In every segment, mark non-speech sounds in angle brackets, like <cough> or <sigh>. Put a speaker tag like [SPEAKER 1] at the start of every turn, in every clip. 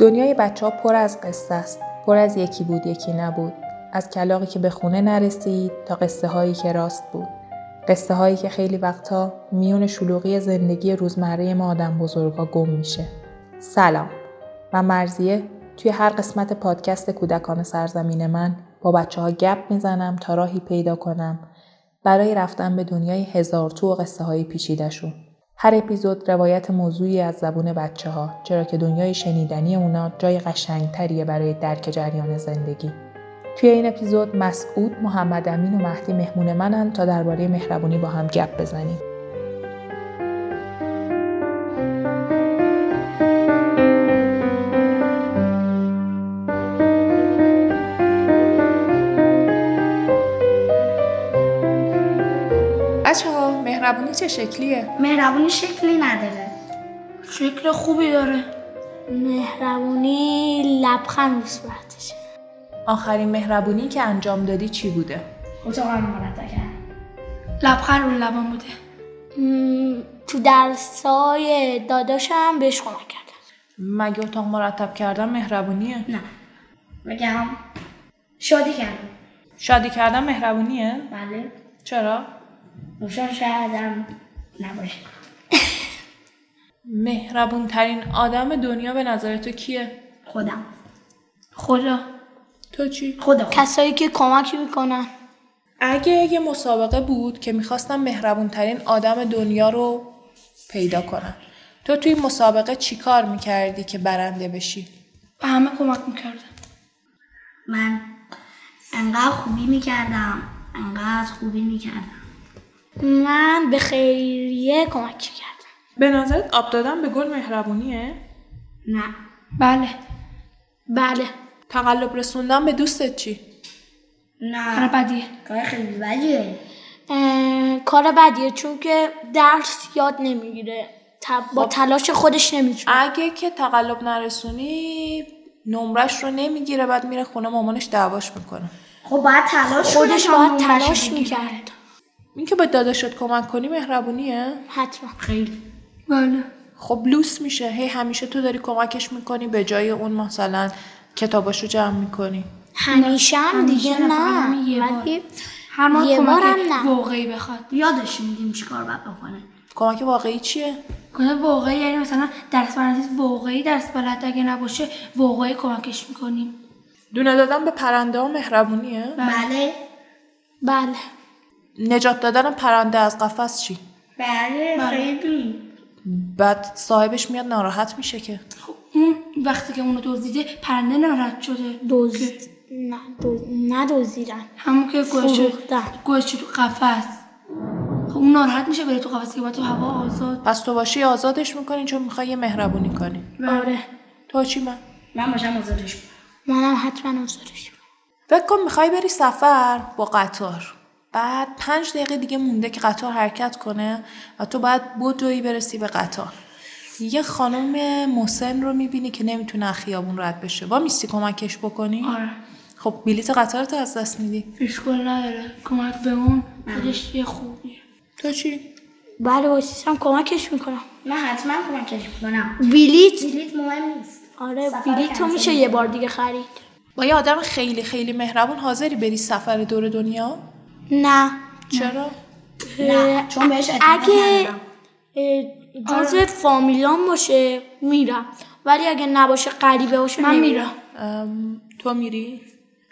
[SPEAKER 1] دنیای بچه ها پر از قصه است. پر از یکی بود یکی نبود. از کلاقی که به خونه نرسید تا قصه هایی که راست بود. قصه هایی که خیلی وقتها میون شلوغی زندگی روزمره ما آدم بزرگا گم میشه. سلام. من مرزیه توی هر قسمت پادکست کودکان سرزمین من با بچه ها گپ میزنم تا راهی پیدا کنم برای رفتن به دنیای هزار تو و قصه های پیچیدشون. هر اپیزود روایت موضوعی از زبون بچه ها چرا که دنیای شنیدنی اونا جای قشنگتریه برای درک جریان زندگی. توی این اپیزود مسعود، محمد امین و مهدی مهمون منن تا درباره مهربونی با هم گپ بزنیم. بچه ها مهربونی چه شکلیه؟
[SPEAKER 2] مهربونی شکلی نداره
[SPEAKER 3] شکل خوبی داره
[SPEAKER 4] مهربونی لبخند به صورتشه
[SPEAKER 1] آخرین مهربونی که انجام دادی چی بوده؟
[SPEAKER 2] اتاقم مرتب کردم
[SPEAKER 3] لبخند رو لبم بوده
[SPEAKER 4] م، تو درسای داداشم بهش کمک کردم
[SPEAKER 1] مگه اتاق مرتب کردن مهربونیه؟
[SPEAKER 2] نه بگم شادی کردم
[SPEAKER 1] شادی کردن مهربونیه؟
[SPEAKER 2] بله
[SPEAKER 1] چرا؟
[SPEAKER 2] روشن شدم نباشه
[SPEAKER 1] مهربون ترین آدم دنیا به نظر تو کیه؟
[SPEAKER 2] خودم
[SPEAKER 3] خدا
[SPEAKER 1] تو چی؟
[SPEAKER 2] خدا خود.
[SPEAKER 4] کسایی که کمک میکنن
[SPEAKER 1] اگه یه مسابقه بود که میخواستم مهربون ترین آدم دنیا رو پیدا کنم تو توی مسابقه چی کار میکردی که برنده بشی؟
[SPEAKER 3] به همه کمک میکردم
[SPEAKER 2] من انقدر خوبی میکردم انقدر خوبی میکردم
[SPEAKER 4] من به خیریه کمک کردم
[SPEAKER 1] به نظرت آب دادن به گل مهربونیه؟
[SPEAKER 2] نه
[SPEAKER 3] بله
[SPEAKER 4] بله
[SPEAKER 1] تقلب رسوندن به دوستت چی؟
[SPEAKER 3] کار
[SPEAKER 2] نه
[SPEAKER 3] بدیه
[SPEAKER 2] کار خیلی بدیه
[SPEAKER 4] اه، کار بدیه چون که درس یاد نمیگیره
[SPEAKER 3] خب.
[SPEAKER 4] با تلاش خودش نمیتونه
[SPEAKER 1] اگه که تقلب نرسونی نمرش رو نمیگیره بعد میره خونه مامانش دعواش میکنه
[SPEAKER 2] خب باید تلاش خب، کنه
[SPEAKER 4] خودش
[SPEAKER 2] تا
[SPEAKER 4] باید
[SPEAKER 2] نمرش رو
[SPEAKER 4] تلاش
[SPEAKER 2] بگیره.
[SPEAKER 4] میکرد
[SPEAKER 1] اینکه به داداشت کمک کنی مهربونیه
[SPEAKER 4] حتما
[SPEAKER 2] خیلی
[SPEAKER 3] بله
[SPEAKER 1] خب لوس میشه هی همیشه تو داری کمکش میکنی به جای اون مثلا کتاباش رو جمع میکنی
[SPEAKER 4] همیشه هم دیگه
[SPEAKER 3] همیشه نه، فقط
[SPEAKER 4] نه
[SPEAKER 3] همین
[SPEAKER 4] ولی
[SPEAKER 3] یه بار. هر موقع
[SPEAKER 4] یه بارم
[SPEAKER 3] کمک
[SPEAKER 4] نه.
[SPEAKER 3] واقعی بخواد
[SPEAKER 2] یادش میدیم چیکار باید بکنه
[SPEAKER 1] کمک واقعی چیه
[SPEAKER 3] کنه واقعی یعنی مثلا درس بلد واقعی درس بلد اگه نباشه واقعی کمکش میکنیم
[SPEAKER 1] دونه دادن به پرنده ها مهربونیه
[SPEAKER 2] بله
[SPEAKER 4] بله
[SPEAKER 1] نجات دادن پرنده از قفس چی
[SPEAKER 2] بله خیلی
[SPEAKER 1] بعد صاحبش میاد ناراحت میشه که
[SPEAKER 3] خب اون وقتی که اونو دزدیده پرنده ناراحت شده
[SPEAKER 4] دوز نه دوز... ندزدیدن
[SPEAKER 3] همون که
[SPEAKER 4] خب.
[SPEAKER 3] گوشه
[SPEAKER 4] فروختن.
[SPEAKER 3] گوشه تو قفس خب اون ناراحت میشه بره تو قفس که باید تو هوا آزاد
[SPEAKER 1] پس تو باشی آزادش میکنی چون میخوای یه مهربونی کنی
[SPEAKER 4] آره
[SPEAKER 1] تو چی من
[SPEAKER 2] من باشم آزادش کنم
[SPEAKER 4] منم حتما آزادش کنم.
[SPEAKER 1] فکر کن میخوای بری سفر با قطار بعد پنج دقیقه دیگه مونده که قطار حرکت کنه و تو باید بدوی برسی به قطار یه خانم مسن رو میبینی که نمیتونه از خیابون رد بشه وا میستی کمکش بکنی
[SPEAKER 3] آره
[SPEAKER 1] خب بلیت قطار تو از دست میدی
[SPEAKER 3] اشکال نداره کمک به اون خودش یه خوبیه
[SPEAKER 1] تو چی
[SPEAKER 4] بله واسیسم کمکش میکنم
[SPEAKER 2] من حتما کمکش میکنم
[SPEAKER 4] بلیت
[SPEAKER 2] بلیت مهم نیست
[SPEAKER 4] آره
[SPEAKER 2] سفر
[SPEAKER 4] بلیت رو
[SPEAKER 2] کنسل
[SPEAKER 4] میشه یه بار دیگه خرید
[SPEAKER 1] با یه آدم خیلی خیلی مهربون حاضری بری سفر دور دنیا
[SPEAKER 4] نه
[SPEAKER 1] چرا
[SPEAKER 2] نه چون بهش اعتماد
[SPEAKER 4] اگه
[SPEAKER 2] ندارم.
[SPEAKER 4] اه،
[SPEAKER 3] آره.
[SPEAKER 4] جزو فامیلام باشه میرم ولی اگه نباشه غریبه باشه
[SPEAKER 3] من
[SPEAKER 4] نمیرم.
[SPEAKER 3] میرم
[SPEAKER 1] ام، تو میری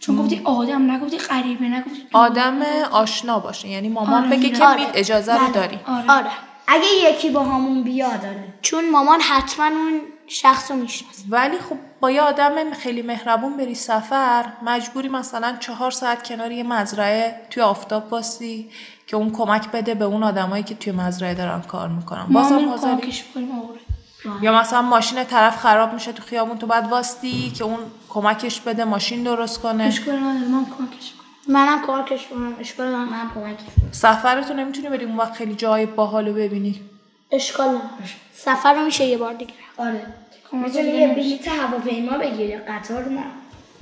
[SPEAKER 3] چون گفتی آدم نگفتی غریبه نگفتی دو-
[SPEAKER 1] آدم آشنا باشه یعنی مامان
[SPEAKER 3] آره،
[SPEAKER 1] بگه
[SPEAKER 3] میرم.
[SPEAKER 1] که
[SPEAKER 4] آره.
[SPEAKER 1] می اجازه رو
[SPEAKER 2] بله.
[SPEAKER 1] داری
[SPEAKER 3] آره.
[SPEAKER 4] آره
[SPEAKER 2] اگه یکی با همون بیا داره
[SPEAKER 4] چون مامان حتما اون شخص رو میشناسه
[SPEAKER 1] ولی خب با یه آدم خیلی مهربون بری سفر مجبوری مثلا چهار ساعت کنار یه مزرعه توی آفتاب باسی که اون کمک بده به اون آدمایی که توی مزرعه دارن کار میکنن
[SPEAKER 3] ما
[SPEAKER 1] بازم
[SPEAKER 3] میریم
[SPEAKER 1] حاضری
[SPEAKER 3] کمکش میکنیم آره
[SPEAKER 1] یا مثلا ماشین طرف خراب میشه تو خیابون تو بعد واستی که اون کمکش بده ماشین درست کنه
[SPEAKER 3] اشکال نداره من کمکش میکنم
[SPEAKER 4] منم کمکش کنم اشکال نداره.
[SPEAKER 2] من کمکش
[SPEAKER 1] سفرتو نمیتونی بری اون وقت خیلی جای باحالو ببینی
[SPEAKER 4] اشکال نداره. سفر رو میشه یه بار دیگه
[SPEAKER 2] آره
[SPEAKER 3] کمک
[SPEAKER 2] میتونی
[SPEAKER 3] دیگه
[SPEAKER 2] یه
[SPEAKER 3] نمیشه.
[SPEAKER 2] بلیت هواپیما بگیری قطار نه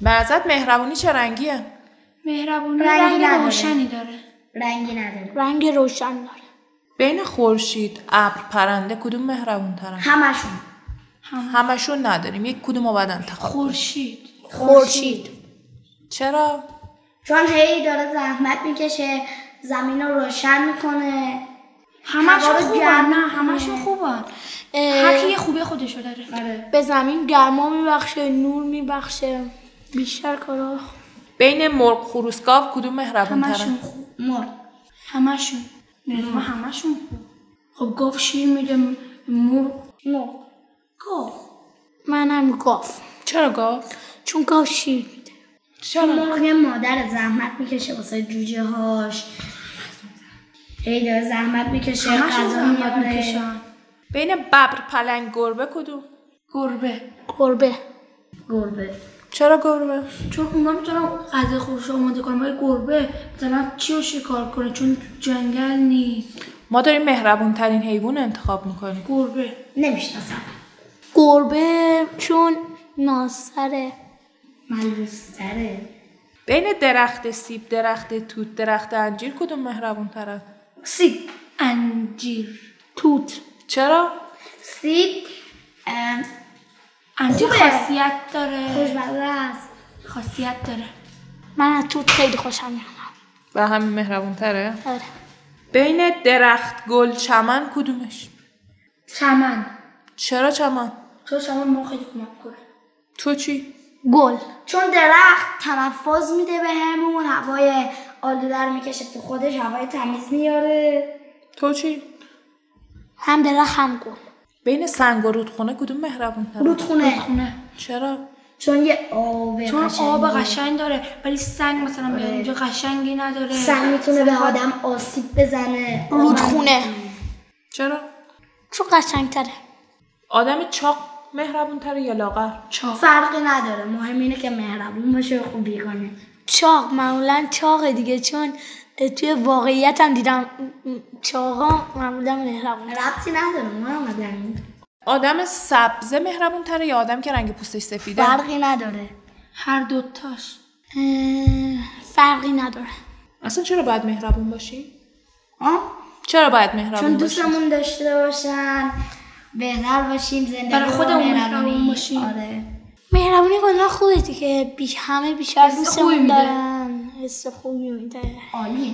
[SPEAKER 1] به نظرت مهربونی چه رنگیه
[SPEAKER 3] مهربونی
[SPEAKER 2] رنگی
[SPEAKER 3] رنگ
[SPEAKER 2] نداره.
[SPEAKER 3] روشنی داره
[SPEAKER 2] رنگی نداره
[SPEAKER 4] رنگ روشن داره
[SPEAKER 1] بین خورشید ابر پرنده کدوم مهربون ترن
[SPEAKER 2] همشون
[SPEAKER 3] هم
[SPEAKER 1] همشون نداریم یک کدوم رو باید انتخاب کنیم.
[SPEAKER 3] خورشید
[SPEAKER 4] خورشید
[SPEAKER 1] چرا؟
[SPEAKER 2] چون هی داره زحمت میکشه زمین رو روشن میکنه
[SPEAKER 3] همشون
[SPEAKER 2] هوا رو
[SPEAKER 3] خوبن
[SPEAKER 2] گرم
[SPEAKER 3] نه
[SPEAKER 2] کنه.
[SPEAKER 3] همشون خوبن
[SPEAKER 4] اه،
[SPEAKER 3] هر کی یه خوبی خودشو داره
[SPEAKER 2] آره
[SPEAKER 4] به زمین گرما میبخشه نور میبخشه بیشتر کارا
[SPEAKER 1] بین مرغ خروسکاف کدوم مهربون
[SPEAKER 3] همشون خوب
[SPEAKER 2] مرد
[SPEAKER 3] همشون نه همشون خوب خب گاو شیر میده مور
[SPEAKER 2] مرد
[SPEAKER 3] گاو
[SPEAKER 4] منم گاف
[SPEAKER 1] چرا گاو؟
[SPEAKER 4] چون گاف شیر میده
[SPEAKER 2] چون مرغ مادر زحمت میکشه واسه جوجه هاش هی داره زحمت میکشه
[SPEAKER 3] همشون
[SPEAKER 2] غذا
[SPEAKER 3] زحمت
[SPEAKER 2] میاره
[SPEAKER 3] میکشن
[SPEAKER 1] بین ببر پلنگ گربه کدوم؟
[SPEAKER 3] گربه
[SPEAKER 4] گربه
[SPEAKER 2] گربه
[SPEAKER 1] چرا گربه؟
[SPEAKER 3] چون اونا میتونن غذای خودش رو آماده کنن ولی گربه مثلا چی رو شکار کنه چون جنگل نیست
[SPEAKER 1] ما داریم مهربون ترین حیوان انتخاب میکنیم
[SPEAKER 3] گربه
[SPEAKER 2] نمیشناسم
[SPEAKER 4] گربه چون ناسره
[SPEAKER 2] ملوستره
[SPEAKER 1] بین درخت سیب درخت توت درخت انجیر کدوم مهربون
[SPEAKER 3] سیب انجیر
[SPEAKER 4] توت
[SPEAKER 1] چرا
[SPEAKER 2] سیب ام،
[SPEAKER 3] انجیر
[SPEAKER 2] خوبه.
[SPEAKER 3] خاصیت داره
[SPEAKER 2] خوشمزه است
[SPEAKER 3] خاصیت داره
[SPEAKER 4] من از توت خیلی خوشم میاد
[SPEAKER 1] و همین مهربون تره
[SPEAKER 4] آره.
[SPEAKER 1] بین درخت گل چمن کدومش
[SPEAKER 3] چمن
[SPEAKER 1] چرا چمن
[SPEAKER 3] چون چمن ما خیلی کمک کنه
[SPEAKER 1] تو چی
[SPEAKER 4] گل
[SPEAKER 2] چون درخت تنفس میده به همون هوای آلوده رو میکشه تو خودش هوای تمیز میاره
[SPEAKER 1] تو چی
[SPEAKER 4] هم داره هم گل
[SPEAKER 1] بین سنگ و رودخونه کدوم مهربون تره
[SPEAKER 2] رودخونه
[SPEAKER 3] خونه
[SPEAKER 1] چرا
[SPEAKER 2] چون یه آب
[SPEAKER 3] چون آب
[SPEAKER 2] قشنگی.
[SPEAKER 3] قشنگ داره ولی سنگ مثلا به
[SPEAKER 2] آره.
[SPEAKER 3] اینجا قشنگی نداره
[SPEAKER 2] سنگ میتونه به آدم آسیب بزنه
[SPEAKER 4] رودخونه
[SPEAKER 1] چرا
[SPEAKER 4] چون قشنگتره
[SPEAKER 1] آدم چاق مهربون تره یا لاغر
[SPEAKER 3] چاق
[SPEAKER 2] فرقی نداره مهم اینه که مهربون باشه و خوبی کنه
[SPEAKER 4] چاق معمولا چاقه دیگه چون توی واقعیت هم دیدم چاقا معمولا مهربونه
[SPEAKER 2] ربطی نداره محمد امین
[SPEAKER 1] آدم سبز مهربون تره یا آدم که رنگ پوستش سفیده
[SPEAKER 2] فرقی نداره
[SPEAKER 3] هر دوتاش
[SPEAKER 4] اه، فرقی نداره
[SPEAKER 1] اصلا چرا باید مهربون باشی
[SPEAKER 2] آه؟
[SPEAKER 1] چرا باید مهربون
[SPEAKER 2] چون
[SPEAKER 1] باشی؟
[SPEAKER 2] دوستمون داشته باشن بهتر باشیم زندگی
[SPEAKER 3] برای
[SPEAKER 2] رو
[SPEAKER 3] خودمون
[SPEAKER 2] مهربونی.
[SPEAKER 3] مهربون باشیم.
[SPEAKER 2] آره
[SPEAKER 4] مهربونی کلا خوبه دیگه بی همه بیشتر
[SPEAKER 3] حس خوبی
[SPEAKER 4] دوستمون
[SPEAKER 3] میده.
[SPEAKER 4] دارن حس خوبی میده
[SPEAKER 2] عالیه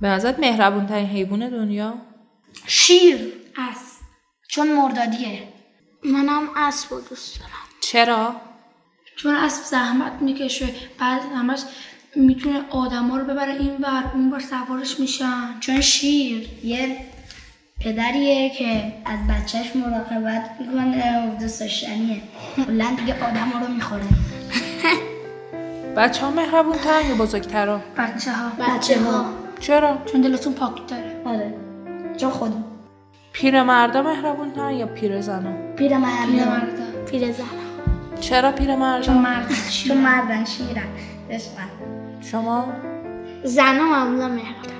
[SPEAKER 1] به نظرت مهربون ترین حیوان دنیا
[SPEAKER 2] شیر
[SPEAKER 3] از
[SPEAKER 2] چون مردادیه
[SPEAKER 4] منم اسب رو دوست دارم
[SPEAKER 1] چرا
[SPEAKER 3] چون اسب زحمت میکشه بعد همش میتونه آدما رو ببره این ور اون ور سوارش میشن
[SPEAKER 2] چون شیر یه پدریه که از بچهش مراقبت میکنه و دوست داشتنیه کلا دیگه آدم رو میخوره
[SPEAKER 1] بچه ها مهربون ترن یا بزرگتر
[SPEAKER 3] بچه ها
[SPEAKER 2] بچه ها
[SPEAKER 1] چرا؟
[SPEAKER 3] چون دلتون پاک داره
[SPEAKER 2] آره چون خود
[SPEAKER 1] پیر مردا مهربون ترن یا پیر زنا؟
[SPEAKER 2] پیر
[SPEAKER 3] پیر
[SPEAKER 2] مردم
[SPEAKER 3] مردا
[SPEAKER 4] پیره زنم
[SPEAKER 1] چرا پیر
[SPEAKER 3] چون
[SPEAKER 1] مردا؟
[SPEAKER 3] مرد
[SPEAKER 2] چون
[SPEAKER 3] شیرن.
[SPEAKER 2] مردن شیرن عشقم.
[SPEAKER 1] شما؟
[SPEAKER 4] زنم معمولا مهربون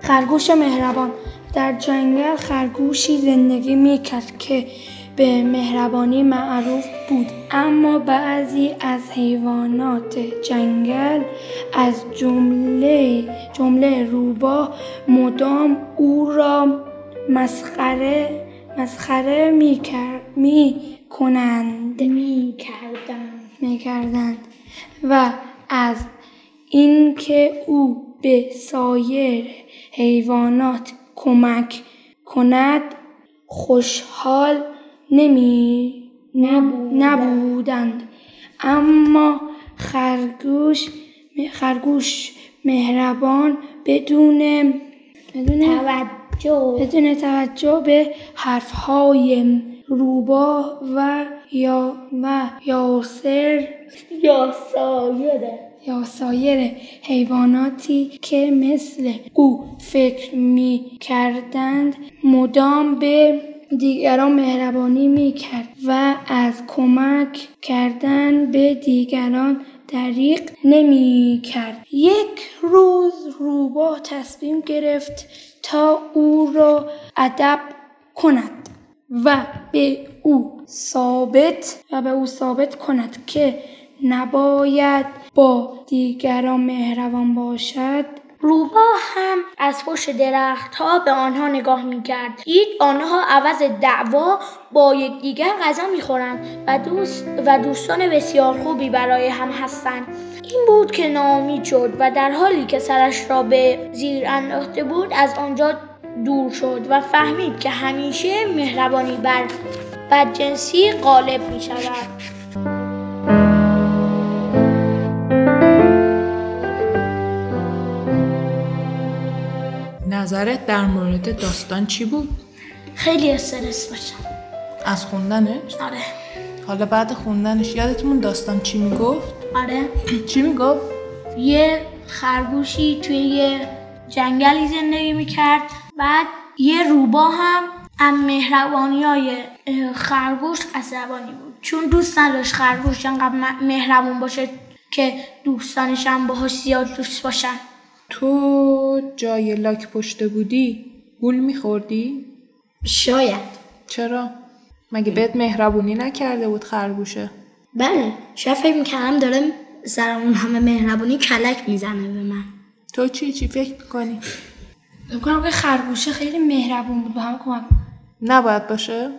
[SPEAKER 3] خرگوش مهربان در جنگل خرگوشی زندگی میکرد که به مهربانی معروف بود اما بعضی از حیوانات جنگل از جمله جمله روباه مدام او را مسخره مسخره می, می کنند می کردند و از اینکه او به سایر حیوانات کمک کند خوشحال نمی نبودند اما خرگوش خرگوش مهربان بدون بدون
[SPEAKER 4] توجه
[SPEAKER 3] بدون توجه به حرفهای روبا و یا و یاسر
[SPEAKER 4] یا سایره
[SPEAKER 3] یا سایر حیواناتی که مثل او فکر می کردند مدام به دیگران مهربانی می کرد و از کمک کردن به دیگران دریق نمی کرد. یک روز روباه تصمیم گرفت تا او را ادب کند و به او ثابت و به او ثابت کند که نباید با دیگران مهربان باشد
[SPEAKER 4] روباه هم از پشت درخت ها به آنها نگاه می کرد دید آنها عوض دعوا با یکدیگر غذا می خورند و, دوست و دوستان بسیار خوبی برای هم هستند این بود که ناامید شد و در حالی که سرش را به زیر انداخته بود از آنجا دور شد و فهمید که همیشه مهربانی بر بدجنسی غالب می شود
[SPEAKER 1] نظرت در مورد داستان چی بود؟
[SPEAKER 4] خیلی استرس باشم
[SPEAKER 1] از خوندنش؟
[SPEAKER 4] آره
[SPEAKER 1] حالا بعد خوندنش یادتمون داستان چی میگفت؟
[SPEAKER 4] آره
[SPEAKER 1] چی میگفت؟
[SPEAKER 4] یه خرگوشی توی یه جنگلی زندگی میکرد بعد یه روبا هم از مهربانی های خرگوش عصبانی بود چون دوست نداشت خرگوش انقدر مهربون باشه که دوستانش هم باهاش زیاد دوست باشن
[SPEAKER 1] تو جای لاک پشته بودی؟ گول میخوردی؟
[SPEAKER 2] شاید
[SPEAKER 1] چرا؟ مگه بهت مهربونی نکرده بود خرگوشه؟
[SPEAKER 2] بله شاید فکر میکردم داره سر اون همه مهربونی کلک میزنه به من
[SPEAKER 1] تو چی چی فکر میکنی؟
[SPEAKER 3] میکنم که خرگوشه خیلی مهربون بود به همه کمک
[SPEAKER 1] نباید باشه؟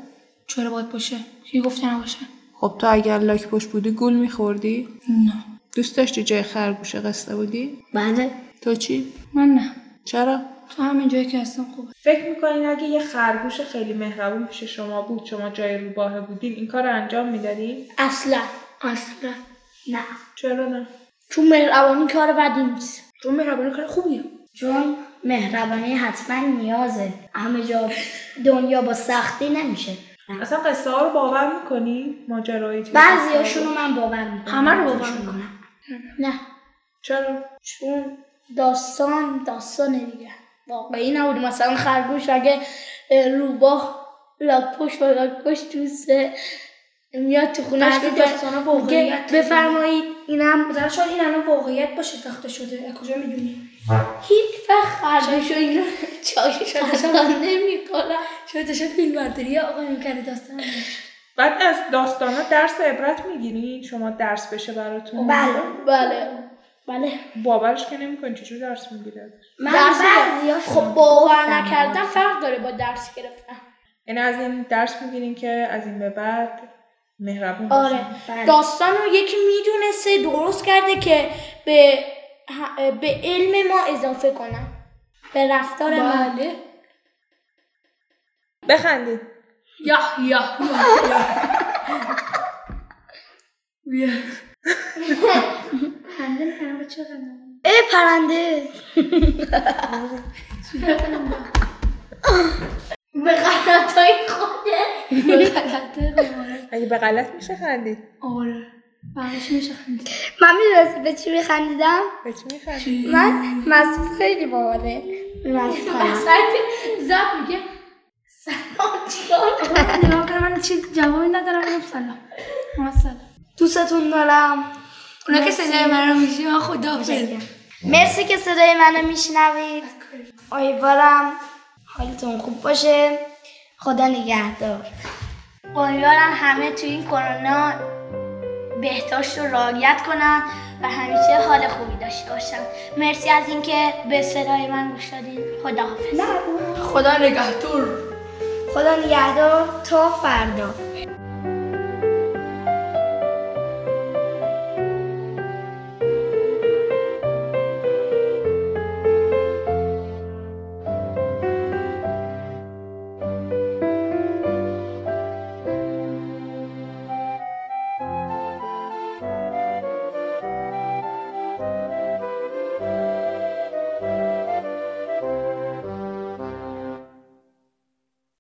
[SPEAKER 3] چرا باید باشه کی گفته نباشه
[SPEAKER 1] خب تو اگر لاک پشت بودی گول میخوردی؟
[SPEAKER 3] نه
[SPEAKER 1] دوست داشتی جای خرگوشه قصه بودی؟
[SPEAKER 2] بله
[SPEAKER 1] تو چی؟
[SPEAKER 3] من نه
[SPEAKER 1] چرا؟
[SPEAKER 3] تو همین جایی که هستم خوبه
[SPEAKER 5] فکر میکنین اگه یه خرگوش خیلی مهربون پیش شما بود شما جای روباه بودین این کار رو انجام میدادین
[SPEAKER 4] اصلا
[SPEAKER 3] اصلا
[SPEAKER 4] نه
[SPEAKER 5] چرا نه
[SPEAKER 4] چون مهربانی کار بدی نیست
[SPEAKER 5] چون مهربانی کار خوبیه
[SPEAKER 2] چون مهربانی حتما نیازه همه جا دنیا با سختی نمیشه
[SPEAKER 5] اصلا قصه ها رو باور میکنی ماجرایی توی قصه
[SPEAKER 2] بعضیاشون
[SPEAKER 5] ها
[SPEAKER 2] رو
[SPEAKER 5] رو؟
[SPEAKER 2] من باور میکنم
[SPEAKER 3] همه رو باور
[SPEAKER 2] میکنم نه
[SPEAKER 5] چرا
[SPEAKER 2] چون داستان داستانه دیگه واقعی نبود مثلا خرگوش اگه اه، روباه لاکپشت با لاکپشت دوسته میاد تو خونش
[SPEAKER 6] بعضی
[SPEAKER 2] میگه-
[SPEAKER 6] داستانا
[SPEAKER 2] میگه
[SPEAKER 6] واقعیت
[SPEAKER 2] بفرمایید اینم
[SPEAKER 6] مثلا شاید این الان واقعیت باشه تخته شده از کجا میدونی
[SPEAKER 2] هیچ وقت خرگوش و اینا چایش نمی کنم
[SPEAKER 6] شاید داشت فیلم برداری آقا میکرده داستان
[SPEAKER 5] بعد از داستانا درس عبرت میگیرین شما درس بشه براتون
[SPEAKER 2] بله <laughs> بله بله
[SPEAKER 5] باورش که نمیکنین چجور درس میگیره
[SPEAKER 2] من
[SPEAKER 4] درس
[SPEAKER 2] بعضی‌هاش
[SPEAKER 4] خب باور نکردن فرق داره با درس گرفتن
[SPEAKER 5] یعنی از این درس میگیرین که از این به بعد مهربون
[SPEAKER 4] آره
[SPEAKER 5] باشین.
[SPEAKER 4] داستان رو یکی میدونسته درست کرده که به, ه- به علم ما اضافه کنن به رفتار ما
[SPEAKER 5] بخندید
[SPEAKER 3] یا یا
[SPEAKER 6] خنده میکنم بچه خنده
[SPEAKER 2] ای پرنده به غلطای خوده
[SPEAKER 5] اگه به غلط میشه خندید
[SPEAKER 3] آره بعدش میشه خندید
[SPEAKER 2] من میدونستی به چی میخندیدم
[SPEAKER 5] به چی میخندید
[SPEAKER 2] من مصروف خیلی باحاله مصروف
[SPEAKER 6] زب میگه سلام چیکار نگاه کنم من چیز جوابی ندارم میگم سلام ما سلام
[SPEAKER 2] دوستتون دارم
[SPEAKER 6] اونا که صدای من رو میشه من خدا بزرگ
[SPEAKER 2] مرسی که صدای منو میشنوید امیدوارم حالتون خوب باشه خدا نگهدار
[SPEAKER 4] امیدوارم همه تو این کرونا بهداشت رو رعایت کنن و همیشه حال خوبی داشته باشن مرسی از اینکه به صدای من گوش دادین خداحافظ
[SPEAKER 2] خدا نگهدار تا فردا